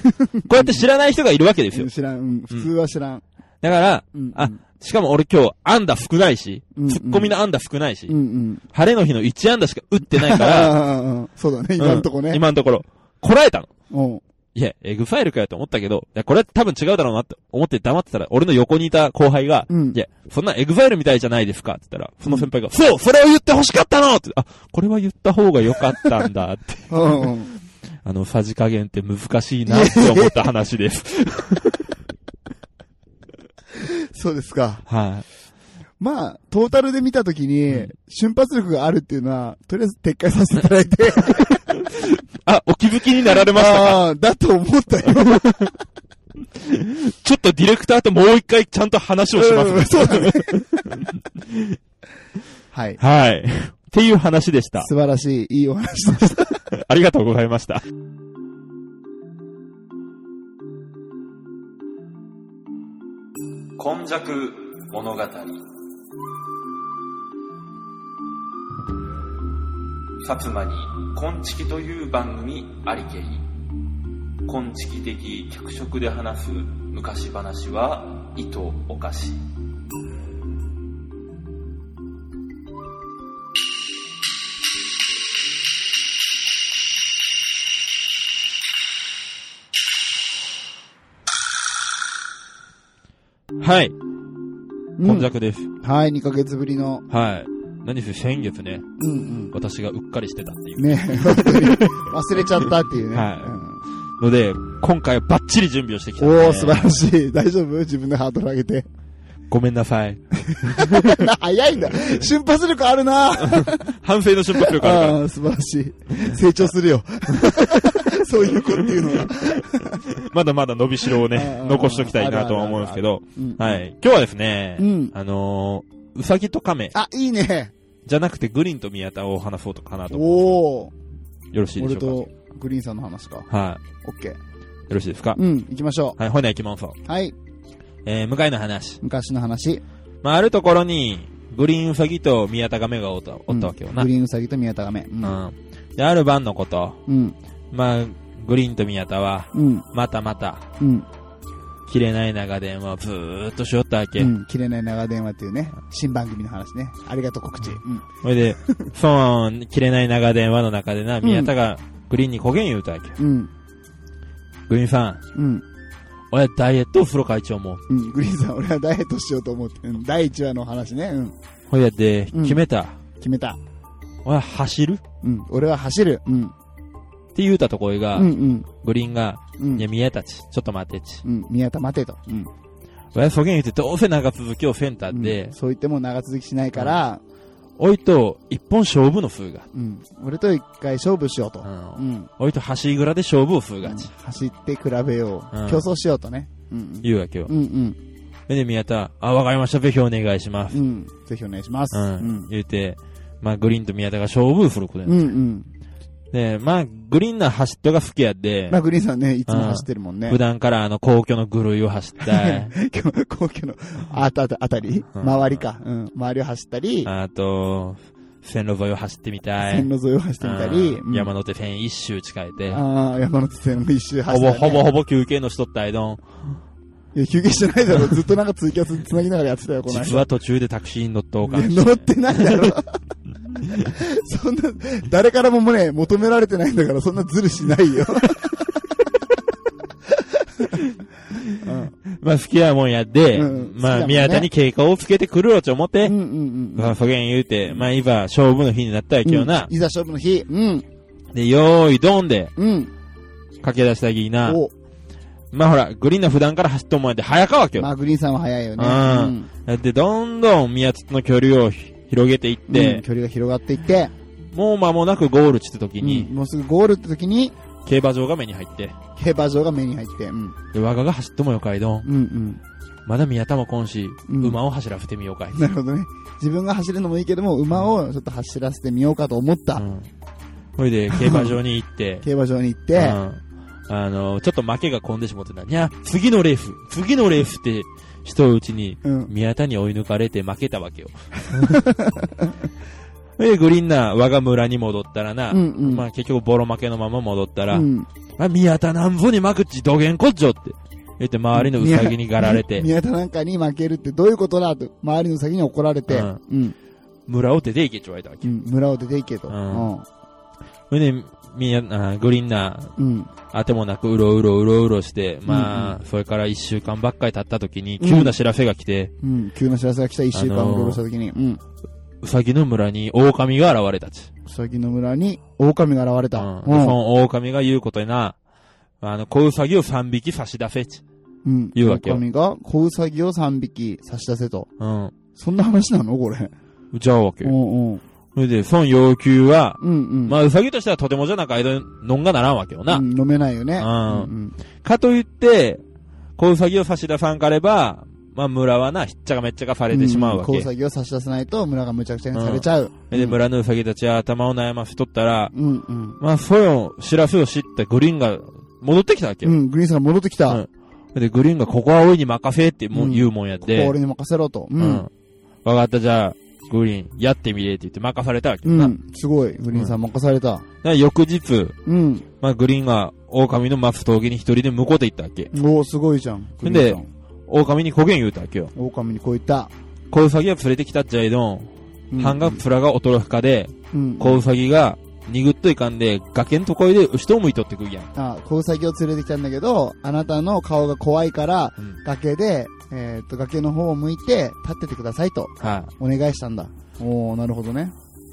[SPEAKER 2] うやって知らない人がいるわけですよ。
[SPEAKER 1] 知らん、うん普通は知らん。
[SPEAKER 2] だから、
[SPEAKER 1] うん
[SPEAKER 2] あ、しかも俺今日、アンダ少ないし、
[SPEAKER 1] うん
[SPEAKER 2] ツッコミのアンダ少ないし、
[SPEAKER 1] うんうん。
[SPEAKER 2] 晴れの日の1アンダしか打ってないから、
[SPEAKER 1] ああうんそうだ ね、今んとこ
[SPEAKER 2] う
[SPEAKER 1] ね。
[SPEAKER 2] ん今のところ、こらえたの。
[SPEAKER 1] うん。
[SPEAKER 2] いや、エグファイルかよと思ったけど、いや、これは多分違うだろうなって思って黙ってたら、俺の横にいた後輩が、
[SPEAKER 1] うん
[SPEAKER 2] いや、そんなエグファイルみたいじゃないですかって言ったら、その先輩が、そうそれを言って欲しかったのって、あ、これは言った方が良かったんだって。
[SPEAKER 1] うんうん。
[SPEAKER 2] あの、さじ加減って難しいなって思った話です。
[SPEAKER 1] そうですか。
[SPEAKER 2] は
[SPEAKER 1] まあ、トータルで見たときに、
[SPEAKER 2] うん
[SPEAKER 1] 瞬発力があるっていうのは、とりあえず撤回させていただいて。
[SPEAKER 2] い。あ、お気づきになられましたか
[SPEAKER 1] ああ、だと思ったよ。
[SPEAKER 2] ちょっとディレクターともう一回ちゃんと話をします、
[SPEAKER 1] うんそうだね。はい。
[SPEAKER 2] はい。っていう話でした。
[SPEAKER 1] 素晴らしい、いいお話でした。
[SPEAKER 2] ありがとうございました。
[SPEAKER 5] 今弱物語薩摩に「昆虫という番組ありけり昆虫的脚色で話す昔話は糸おかし
[SPEAKER 2] はい。
[SPEAKER 1] う
[SPEAKER 2] 今
[SPEAKER 1] ん
[SPEAKER 2] 弱です。
[SPEAKER 1] はい、2ヶ月ぶりの。
[SPEAKER 2] はい。何せ先月ね、
[SPEAKER 1] うん
[SPEAKER 2] 私がうっかりしてたっていう
[SPEAKER 1] うん。。ね本当に忘れちゃったっていうね。
[SPEAKER 2] はい
[SPEAKER 1] うん
[SPEAKER 2] ので、今回はバッチリ準備をしてきたんで、
[SPEAKER 1] おー、素晴らしい。大丈夫自分でハードル上げて。
[SPEAKER 2] ごめんなさい。
[SPEAKER 1] 早いんだ。瞬発力あるな。
[SPEAKER 2] 反省の瞬発力あるか
[SPEAKER 1] ああ、素晴らしい。成長するよ。 そういう子っていうのは。
[SPEAKER 2] ら、まだまだ伸びしろをね
[SPEAKER 1] う、ん
[SPEAKER 2] 残しときたいなとは思うんですけど、
[SPEAKER 1] うん
[SPEAKER 2] はい。今日はですね、
[SPEAKER 1] うん
[SPEAKER 2] あのー、うさぎと亀
[SPEAKER 1] あ、いいね。
[SPEAKER 2] じゃなくてグリーンと宮田を話そうとかなと思
[SPEAKER 1] おお。
[SPEAKER 2] う。よろしいで
[SPEAKER 1] 俺
[SPEAKER 2] しょ
[SPEAKER 1] とグリーンさんの話か
[SPEAKER 2] う。かはい。
[SPEAKER 1] オッケー。
[SPEAKER 2] よろしいですか、
[SPEAKER 1] うん、行きましょ
[SPEAKER 2] はい、ほな行きましょう。
[SPEAKER 1] う。はい。
[SPEAKER 2] えー、向かいの話。
[SPEAKER 1] 昔の話。
[SPEAKER 2] まあ、あるところに、グリーンウサギと宮田亀がおったおったわけよな。
[SPEAKER 1] うんグリーンウサギと宮田亀。うん。
[SPEAKER 2] うん。で、ある晩のこと、
[SPEAKER 1] うん。
[SPEAKER 2] まあ、グリーンと宮田は、
[SPEAKER 1] うん。
[SPEAKER 2] またまた、
[SPEAKER 1] うん。
[SPEAKER 2] 切れない長電話をずーっとしよったわけ。
[SPEAKER 1] うん切れない長電話っていうね、新番組の話ね。ありがとう告知。うん。
[SPEAKER 2] それで、その、切れない長電話の中でな、
[SPEAKER 1] ん
[SPEAKER 2] 宮田がグリーンにこげん言うたわけよ。
[SPEAKER 1] うん。
[SPEAKER 2] グリーンさん、
[SPEAKER 1] うん。
[SPEAKER 2] 俺ダイエットを風呂会長も。
[SPEAKER 1] うん。グリーンさん、俺はダイエットしようと思って。うん。第1話の話ね。うん。
[SPEAKER 2] ほいやって、
[SPEAKER 1] うん
[SPEAKER 2] 決めた。
[SPEAKER 1] 決めた。
[SPEAKER 2] 俺は走る
[SPEAKER 1] うん。俺は走る。うん。
[SPEAKER 2] って言うたところ
[SPEAKER 1] う
[SPEAKER 2] が、
[SPEAKER 1] んうん。
[SPEAKER 2] グリーンが、
[SPEAKER 1] うん
[SPEAKER 2] いや、。宮田ち、ちょっと待てち。
[SPEAKER 1] うん。宮田待てと。うん。
[SPEAKER 2] 俺はそげん言うて、どうせ長続きをセンター
[SPEAKER 1] う
[SPEAKER 2] で
[SPEAKER 1] ん、そう言っても長続きしないから、
[SPEAKER 2] おいと、一本勝負の風が。
[SPEAKER 1] うん。俺と一回勝負しようと。
[SPEAKER 2] う。
[SPEAKER 1] うんん。
[SPEAKER 2] おいと、橋蔵で勝負を風がち。
[SPEAKER 1] 走って比べよう。
[SPEAKER 2] うん
[SPEAKER 1] 競争しようとね。うん
[SPEAKER 2] 言うわけよ
[SPEAKER 1] う。ん。うん
[SPEAKER 2] で、宮田、あ、わかりました、ぜひお願いします
[SPEAKER 1] うん。う。ん。ぜひお願いします。
[SPEAKER 2] う
[SPEAKER 1] うんん。。
[SPEAKER 2] 言うて、まあ、グリーンと宮田が勝負することや
[SPEAKER 1] うんうん。
[SPEAKER 2] で、まあ、グリーンな走っとが好きやで
[SPEAKER 1] ま、あ、グリーンさんね、いつも走ってるもんね
[SPEAKER 2] 普。段からあの、皇居のぐるいを走った り、
[SPEAKER 1] 今日、皇居のあたあたり、
[SPEAKER 2] うん
[SPEAKER 1] 周りか。うん。周りを走ったり、
[SPEAKER 2] あと、線路沿いを走ってみたい。
[SPEAKER 1] 線路沿いを走ってみたり、
[SPEAKER 2] うん山手線一周近えて、
[SPEAKER 1] ああ、山手線も一周走
[SPEAKER 2] ほ
[SPEAKER 1] った
[SPEAKER 2] ぼ
[SPEAKER 1] りね。
[SPEAKER 2] ほぼほぼ休憩のしとったいどん。
[SPEAKER 1] いや、休憩してないだろ。ずっとなんかツイキャス繋ぎながらやってたよ、この
[SPEAKER 2] 実
[SPEAKER 1] 間。
[SPEAKER 2] は途中でタクシーに乗っとおかん
[SPEAKER 1] い
[SPEAKER 2] し
[SPEAKER 1] や乗ってない だろ。そんな、誰からももね、求められてないんだから、そんなズルしないよ。
[SPEAKER 2] まあ好きやもんやで、
[SPEAKER 1] うん
[SPEAKER 2] ま
[SPEAKER 1] 好きやも
[SPEAKER 2] あ
[SPEAKER 1] んね
[SPEAKER 2] 宮田に警戒をつけてくるろち思って、
[SPEAKER 1] うんうん
[SPEAKER 2] まあそげん言うて、まあ今勝負の日になったわ
[SPEAKER 1] うん。
[SPEAKER 2] けよな
[SPEAKER 1] うん。いざ勝負の日。うん。
[SPEAKER 2] で、よーいどんで
[SPEAKER 1] うん。
[SPEAKER 2] 駆け出したぎいな。
[SPEAKER 1] お、
[SPEAKER 2] まあほら、グリーンの普段から走っとんもんやで早かわけよ。
[SPEAKER 1] まあ、グリーンさんは早いよね。
[SPEAKER 2] うんで、どんどん宮津との距離をひ広げていっ
[SPEAKER 1] うんう
[SPEAKER 2] て
[SPEAKER 1] ん、距離が広がっていって、
[SPEAKER 2] もう間もなくゴール地って時
[SPEAKER 1] うん
[SPEAKER 2] に、
[SPEAKER 1] もうすぐゴールって時に、
[SPEAKER 2] 競馬場が目に入って、
[SPEAKER 1] 競馬場が目に入って、うん。
[SPEAKER 2] で、我がが走っともよかいど
[SPEAKER 1] う
[SPEAKER 2] ん。
[SPEAKER 1] んうん。
[SPEAKER 2] まだ宮田も今し、
[SPEAKER 1] うん
[SPEAKER 2] 馬を走らせてみようかい。
[SPEAKER 1] なるほどね。自分が走るのもいいけども、馬をちょっと走らせてみようかと思った。
[SPEAKER 2] うんほいで、競馬場に行 って、
[SPEAKER 1] 競馬場に行っ
[SPEAKER 2] う
[SPEAKER 1] て、
[SPEAKER 2] んあの、ちょっと負けが込んでしもってた。にゃ、次のレース、次のレースって、しとううちに、
[SPEAKER 1] うん
[SPEAKER 2] 宮田に追い抜かれて負けたわけよ。 で、グリーンな我が村に戻ったらな、
[SPEAKER 1] うんうん
[SPEAKER 2] まあ結局ボロ負けのまま戻ったら、
[SPEAKER 1] うん
[SPEAKER 2] あ、宮田なんぼにまくちどげんこっちょって、言って周りのウサギにがられて、
[SPEAKER 1] 宮田 なんかに負けるってどういうことだと、周りの先に怒られて、
[SPEAKER 2] う
[SPEAKER 1] うんん。うん。
[SPEAKER 2] 村を出ていけちょわれたわけ。
[SPEAKER 1] 村を出ていけと。
[SPEAKER 2] う
[SPEAKER 1] うんん。
[SPEAKER 2] それで、みや、あグリーンな
[SPEAKER 1] うん。
[SPEAKER 2] あてもなくうろうろうろうろして、まあ、それから一週間ばっかり経った時に、急な知らせが来て、
[SPEAKER 1] うん。急な知らせが来た一週間
[SPEAKER 2] あのー
[SPEAKER 1] をロールした時に、うん。
[SPEAKER 2] うさぎの村に狼が現れたち。
[SPEAKER 1] うさぎの村に狼が現れた。
[SPEAKER 2] うん。
[SPEAKER 1] う
[SPEAKER 2] そ
[SPEAKER 1] ん。
[SPEAKER 2] の狼が言うことにな、あの、小うさぎを三匹差し出せち。
[SPEAKER 1] うん。
[SPEAKER 2] 言うわけよ
[SPEAKER 1] 狼が小うさぎを3匹差し出せと。
[SPEAKER 2] うん。
[SPEAKER 1] そんな話なのこ れ。
[SPEAKER 2] じゃあわけ
[SPEAKER 1] う
[SPEAKER 2] よ。
[SPEAKER 1] んうん。
[SPEAKER 2] それで、その要求は、
[SPEAKER 1] うんうん。
[SPEAKER 2] まあ、うさぎとしてはとてもじゃなく間に飲んがならんわけよな。
[SPEAKER 1] うん飲めないよね。
[SPEAKER 2] うん
[SPEAKER 1] うん
[SPEAKER 2] かといって、小うさぎを差し出さんかれば、まあ、村はな、ひっちゃかめっちゃかされてしまうわけ。
[SPEAKER 1] ん小うさぎを差し出さないと村がむちゃくちゃにされちゃう。
[SPEAKER 2] で、村のうさぎたちは頭を悩ませとったら、
[SPEAKER 1] うんうん。
[SPEAKER 2] まあ、そうよ、知らせを知ったグリーンが戻ってきたわけ
[SPEAKER 1] う
[SPEAKER 2] よ。
[SPEAKER 1] ん、グリーンさんが戻ってき
[SPEAKER 2] う
[SPEAKER 1] た。
[SPEAKER 2] んで、グリーンがここは大いに任せってもう
[SPEAKER 1] うん
[SPEAKER 2] 言うもんやっ
[SPEAKER 1] ここは
[SPEAKER 2] て。
[SPEAKER 1] 俺に任せろと。う
[SPEAKER 2] うんん。。わかった、じゃあ、グリーン、やってみれって言って任されたわけよ
[SPEAKER 1] う
[SPEAKER 2] な。
[SPEAKER 1] ん、すごい。グリーンさん任された。
[SPEAKER 2] だから翌日、
[SPEAKER 1] うん。
[SPEAKER 2] まあ、グリーンが狼の松峠に一人で向こうで行ったわけ。
[SPEAKER 1] おおすごいじゃん。グリーンさん。
[SPEAKER 2] 狼にこげん言うたわけよ。
[SPEAKER 1] 狼にこう言った。
[SPEAKER 2] 小ウサギは連れてきたっちゃいどん、
[SPEAKER 1] うん
[SPEAKER 2] 半額プラが驚くかで、
[SPEAKER 1] うん。
[SPEAKER 2] 小ウサギが濁っといかんで、崖んとこいで後ろを向いとってくるやん。
[SPEAKER 1] あ、小ウサギを連れてきたんだけど、あなたの顔が怖いから、
[SPEAKER 2] うん
[SPEAKER 1] 崖で、えーっと、崖の方を向いて、立っててくださいと、
[SPEAKER 2] はい、
[SPEAKER 1] お願いしたんだ。おおなるほどね。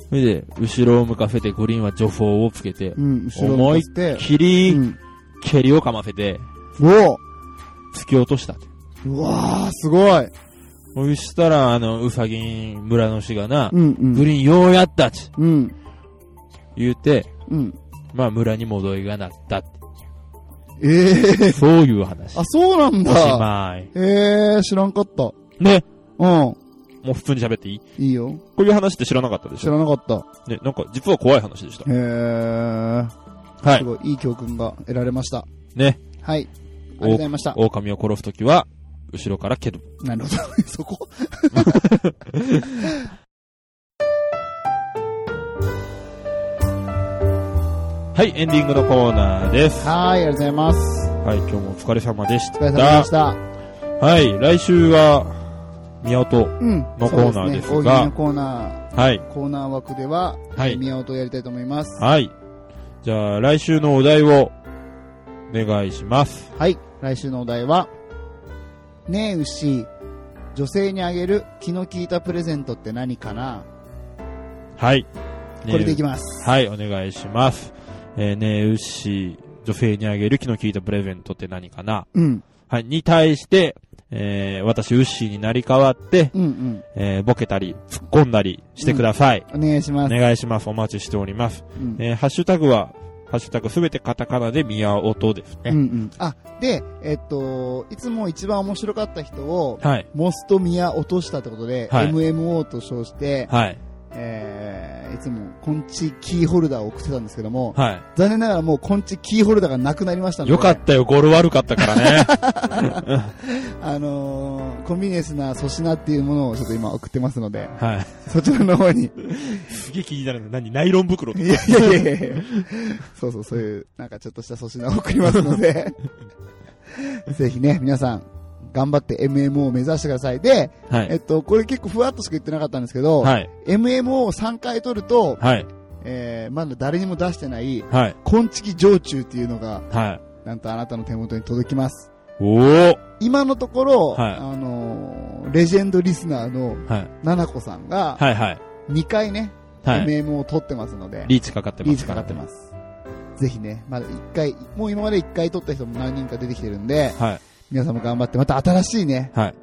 [SPEAKER 2] それで、後ろを向かせてグリーンは助走をつけて
[SPEAKER 1] う、ん、後ろを
[SPEAKER 2] 思
[SPEAKER 1] 向
[SPEAKER 2] いっ
[SPEAKER 1] かせて、
[SPEAKER 2] き
[SPEAKER 1] う
[SPEAKER 2] り、
[SPEAKER 1] ん。
[SPEAKER 2] 蹴りをかませて、
[SPEAKER 1] おお
[SPEAKER 2] 突き落としたって。
[SPEAKER 1] うわー、すごい。
[SPEAKER 2] そしたら、あの、ウサギ村の死がな、
[SPEAKER 1] うん、う
[SPEAKER 2] グ
[SPEAKER 1] ん。
[SPEAKER 2] リーンようやったっち、
[SPEAKER 1] うん、
[SPEAKER 2] 言うて、
[SPEAKER 1] うん。
[SPEAKER 2] まあ村に戻りがなったっ
[SPEAKER 1] ええ
[SPEAKER 2] て。そういう話。
[SPEAKER 1] あ、そうなん
[SPEAKER 2] おし
[SPEAKER 1] だ。
[SPEAKER 2] まい。
[SPEAKER 1] ええー、知らんかった。
[SPEAKER 2] ね、
[SPEAKER 1] うん。
[SPEAKER 2] もう普通に喋っていい
[SPEAKER 1] いいよ。
[SPEAKER 2] こういう話って知らなかったでし
[SPEAKER 1] 知
[SPEAKER 2] ょ
[SPEAKER 1] らなかった。
[SPEAKER 2] ね、なんか実は怖い話でした。
[SPEAKER 1] へー。
[SPEAKER 2] は
[SPEAKER 1] す
[SPEAKER 2] い。
[SPEAKER 1] ごい、いい教訓が得られました。
[SPEAKER 2] ね、
[SPEAKER 1] はい。ありがとうございました。
[SPEAKER 2] 狼を殺すときは、後ろから蹴る。
[SPEAKER 1] なるほど。 そこ
[SPEAKER 2] はい、エンディングのコーナーです。
[SPEAKER 1] はーい、ありがとうございます。
[SPEAKER 2] はい、今日もお疲れ様でし
[SPEAKER 1] お疲れ様で
[SPEAKER 2] た
[SPEAKER 1] し。た。
[SPEAKER 2] はい、来週は、宮尾と、
[SPEAKER 1] うん。
[SPEAKER 2] のコーナーですが
[SPEAKER 1] そうね大喜利のコーナ
[SPEAKER 2] はい、
[SPEAKER 1] ー、コーナー枠では、
[SPEAKER 2] は
[SPEAKER 1] えー
[SPEAKER 2] い、
[SPEAKER 1] 宮尾とやりたいと思います。
[SPEAKER 2] はい。じゃあ、来週のお題を、お願いします。
[SPEAKER 1] はい。来週のお題は、ねえ、牛、女性にあげる気の利いたプレゼントって何かな
[SPEAKER 2] はい。
[SPEAKER 1] これでいき
[SPEAKER 2] ま
[SPEAKER 1] ます。
[SPEAKER 2] す。はい、お願いします。えー、ねえ、うっしー、女性にあげる気の利いたプレゼントって何かな
[SPEAKER 1] うん。
[SPEAKER 2] はい、に対して、えー、私、うっしーになり変わって、
[SPEAKER 1] うん
[SPEAKER 2] えー、ボケたり、突っ込んだりしてください。
[SPEAKER 1] うん。お願いしま
[SPEAKER 2] お
[SPEAKER 1] す。
[SPEAKER 2] 願いします。お待ちしております。
[SPEAKER 1] うん
[SPEAKER 2] えー、ハッシュタグは、ハッシュタグすべてカタカナで宮音です
[SPEAKER 1] うんう
[SPEAKER 2] ね。
[SPEAKER 1] ん。あ、で、えっと、いつも一番面白かった人を、
[SPEAKER 2] はい。
[SPEAKER 1] モストミヤ落としたってことで、
[SPEAKER 2] はい
[SPEAKER 1] MMO と称して、
[SPEAKER 2] はい。
[SPEAKER 1] えー、いつも、コンチキーホルダーを送ってたんですけども、
[SPEAKER 2] はい。
[SPEAKER 1] 残念ながらもうコンチキーホルダーがなくなりましたので、
[SPEAKER 2] よかったよ、ゴロ悪かったから ね。
[SPEAKER 1] あのー、コンビニエンスな粗品っていうものをちょっと今送ってますので、
[SPEAKER 2] は
[SPEAKER 1] そちらの方に。い
[SPEAKER 2] い。すげえ気になるの。何ナイロン袋とか。
[SPEAKER 1] やいやいやいやそうそう、そういう、なんかちょっとした粗品を送りますので、 ぜひね、皆さん、頑張って MMO を目指してください。で、
[SPEAKER 2] は
[SPEAKER 1] え
[SPEAKER 2] い。
[SPEAKER 1] っと、これ結構ふわっとしか言ってなかったんですけど、
[SPEAKER 2] はい。
[SPEAKER 1] MMO を3回取ると、
[SPEAKER 2] はい。
[SPEAKER 1] えーまだ誰にも出してない、
[SPEAKER 2] はい。
[SPEAKER 1] 昆虫焼酎っていうのが、
[SPEAKER 2] はい。
[SPEAKER 1] なんとあなたの手元に届きます。
[SPEAKER 2] おー
[SPEAKER 1] 今のところ、
[SPEAKER 2] はい
[SPEAKER 1] あのーレジェンドリスナーの
[SPEAKER 2] はい。
[SPEAKER 1] ななこさんが、
[SPEAKER 2] はいはい。
[SPEAKER 1] 2回ね、
[SPEAKER 2] はい。
[SPEAKER 1] MMO を取ってますので、
[SPEAKER 2] リーチかかってます。
[SPEAKER 1] リーチかかってま。す。ぜひね、まだ1回、もう今まで1回取った人も何人か出てきてるんで、
[SPEAKER 2] はい。
[SPEAKER 1] 皆さんも頑張って、また新しいね、
[SPEAKER 2] はい。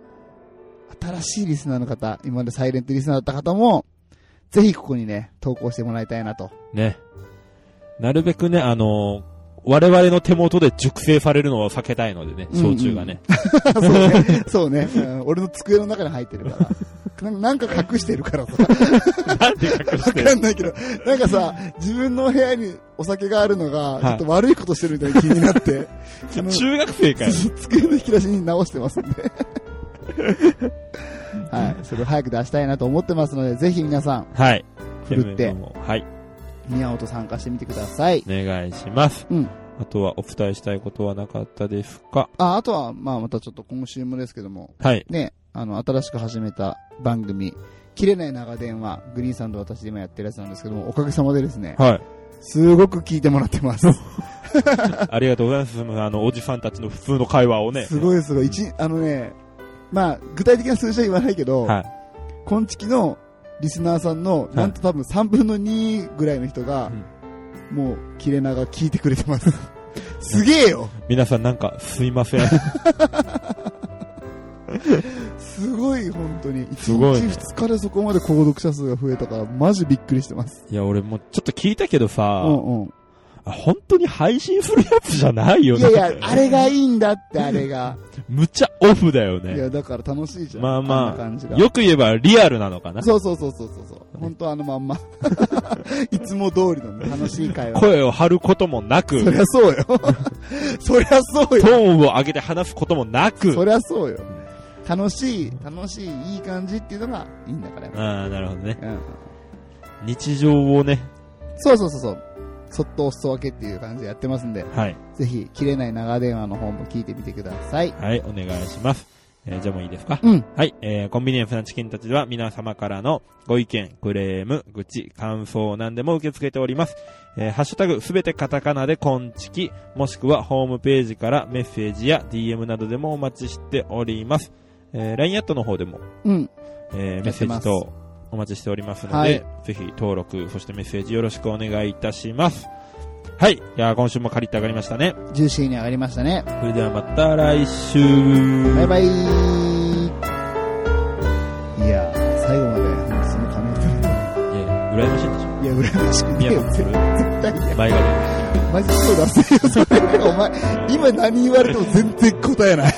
[SPEAKER 1] 新しいリスナーの方、今までサイレントリスナーだった方も、ぜひここにね、投稿してもらいたいなと。
[SPEAKER 2] ね。なるべくね、あのー、我々の手元で熟成されるのは避けたいのでね、
[SPEAKER 1] うんうん
[SPEAKER 2] 焼酎がね。
[SPEAKER 1] そうね。そうね、うん俺の机の中に入ってるから。ななんか隠してるからさ。
[SPEAKER 2] なんで隠して
[SPEAKER 1] わ
[SPEAKER 2] る
[SPEAKER 1] かんないけど、なんかさ、自分の部屋にお酒があるのが
[SPEAKER 2] い、
[SPEAKER 1] ちょっと悪いことしてるみたいな気になっ て、 その
[SPEAKER 2] 中学生かよ。
[SPEAKER 1] 机の引き出しに直してますんで。 はい。それを早く出したいなと思ってますので、ぜひ皆さん、
[SPEAKER 2] はい。
[SPEAKER 1] ふるって、
[SPEAKER 2] も。はい。
[SPEAKER 1] 宮尾と参加してみてください
[SPEAKER 2] お。願いします。
[SPEAKER 1] うん。
[SPEAKER 2] あとはお伝えしたいことはなかったですか
[SPEAKER 1] あ、あとは、まあまたちょっと今週もですけども、
[SPEAKER 2] はい。
[SPEAKER 1] ね、あの、新しく始めた番組、切れない長電話、グリーンさんと私で今やってるやつなんですけども、おかげさまでですね、
[SPEAKER 2] はい。
[SPEAKER 1] すごく聞いてもらってます。
[SPEAKER 2] ありがとうございます。そのあの、おじさんたちの普通の会話をね。
[SPEAKER 1] すごいすごい。一、あのね、まあ、具体的な数字は言わないけど、
[SPEAKER 2] は
[SPEAKER 1] 今月のリスナーさんの、
[SPEAKER 2] い
[SPEAKER 1] なんと多分3分の2ぐらいの人が、もう、切れ長聞いてくれて ます。すげえよ
[SPEAKER 2] い。皆さんなんか、すい ません。
[SPEAKER 1] すごい、本当に。
[SPEAKER 2] すごい
[SPEAKER 1] 1
[SPEAKER 2] ね
[SPEAKER 1] 日2日でそこまで購読者数が増えたから、マジびっくりしてます。
[SPEAKER 2] いや、俺もうちょっと聞いたけど
[SPEAKER 1] う
[SPEAKER 2] さ、
[SPEAKER 1] んうん。
[SPEAKER 2] あ本当に配信するやつじゃないよ
[SPEAKER 1] い
[SPEAKER 2] ね。
[SPEAKER 1] やいや、あれがいいんだって、あれが。
[SPEAKER 2] むちゃオフだよ
[SPEAKER 1] い
[SPEAKER 2] ね。
[SPEAKER 1] や、だから楽しいじゃん。
[SPEAKER 2] まあまあ
[SPEAKER 1] んな感じが。
[SPEAKER 2] よく言えばリアルなのかな。
[SPEAKER 1] そうそうそうそうそうそう。本当あのま んま。いつも通りのね楽しい会話。
[SPEAKER 2] 声を張ることもなく、
[SPEAKER 1] そりゃそう よ。そりゃそう
[SPEAKER 2] ト
[SPEAKER 1] よ。
[SPEAKER 2] ーンを上げて話すこともなく。
[SPEAKER 1] そりゃそうよ。楽しい、楽しい、いい感じっていうのがいいんだから。
[SPEAKER 2] ああ、なるほどね。
[SPEAKER 1] うん。
[SPEAKER 2] 日常をね、
[SPEAKER 1] そうそうそうそう。そっとおすそ分けっていう感じでやってますんで、
[SPEAKER 2] はい。
[SPEAKER 1] ぜひ、切れない長電話の方も聞いてみてください。
[SPEAKER 2] はい、お願いします。えーじゃあもういいですか
[SPEAKER 1] うん。
[SPEAKER 2] はい、えー、コンビニエンスなチキンたちでは皆様からのご意見、クレーム、愚痴、感想何でも受け付けております。えー、ハッシュタグすべてカタカナでコンチキ、もしくはホームページからメッセージや DM などでもお待ちしております。えー、LINE アットの方でも、
[SPEAKER 1] うん。
[SPEAKER 2] えー、メッセージとお待ちしておりますので、
[SPEAKER 1] はい
[SPEAKER 2] ぜひ登録、そしてメッセージよろしくお願いいたします。はい、いやー今週も借りて上がりましたね。
[SPEAKER 1] ジューシーに上がりましたね。
[SPEAKER 2] それではまた来週。
[SPEAKER 1] バイバイ。いやー、最後まで、もうその髪型
[SPEAKER 2] いや、羨ましいんでしょ
[SPEAKER 1] いや、羨ましくねえ
[SPEAKER 2] 宮
[SPEAKER 1] よ。
[SPEAKER 2] 野する
[SPEAKER 1] 絶対に。
[SPEAKER 2] 前髪。
[SPEAKER 1] マジそうだせよ、それ。お前、今何言われても全然答えない。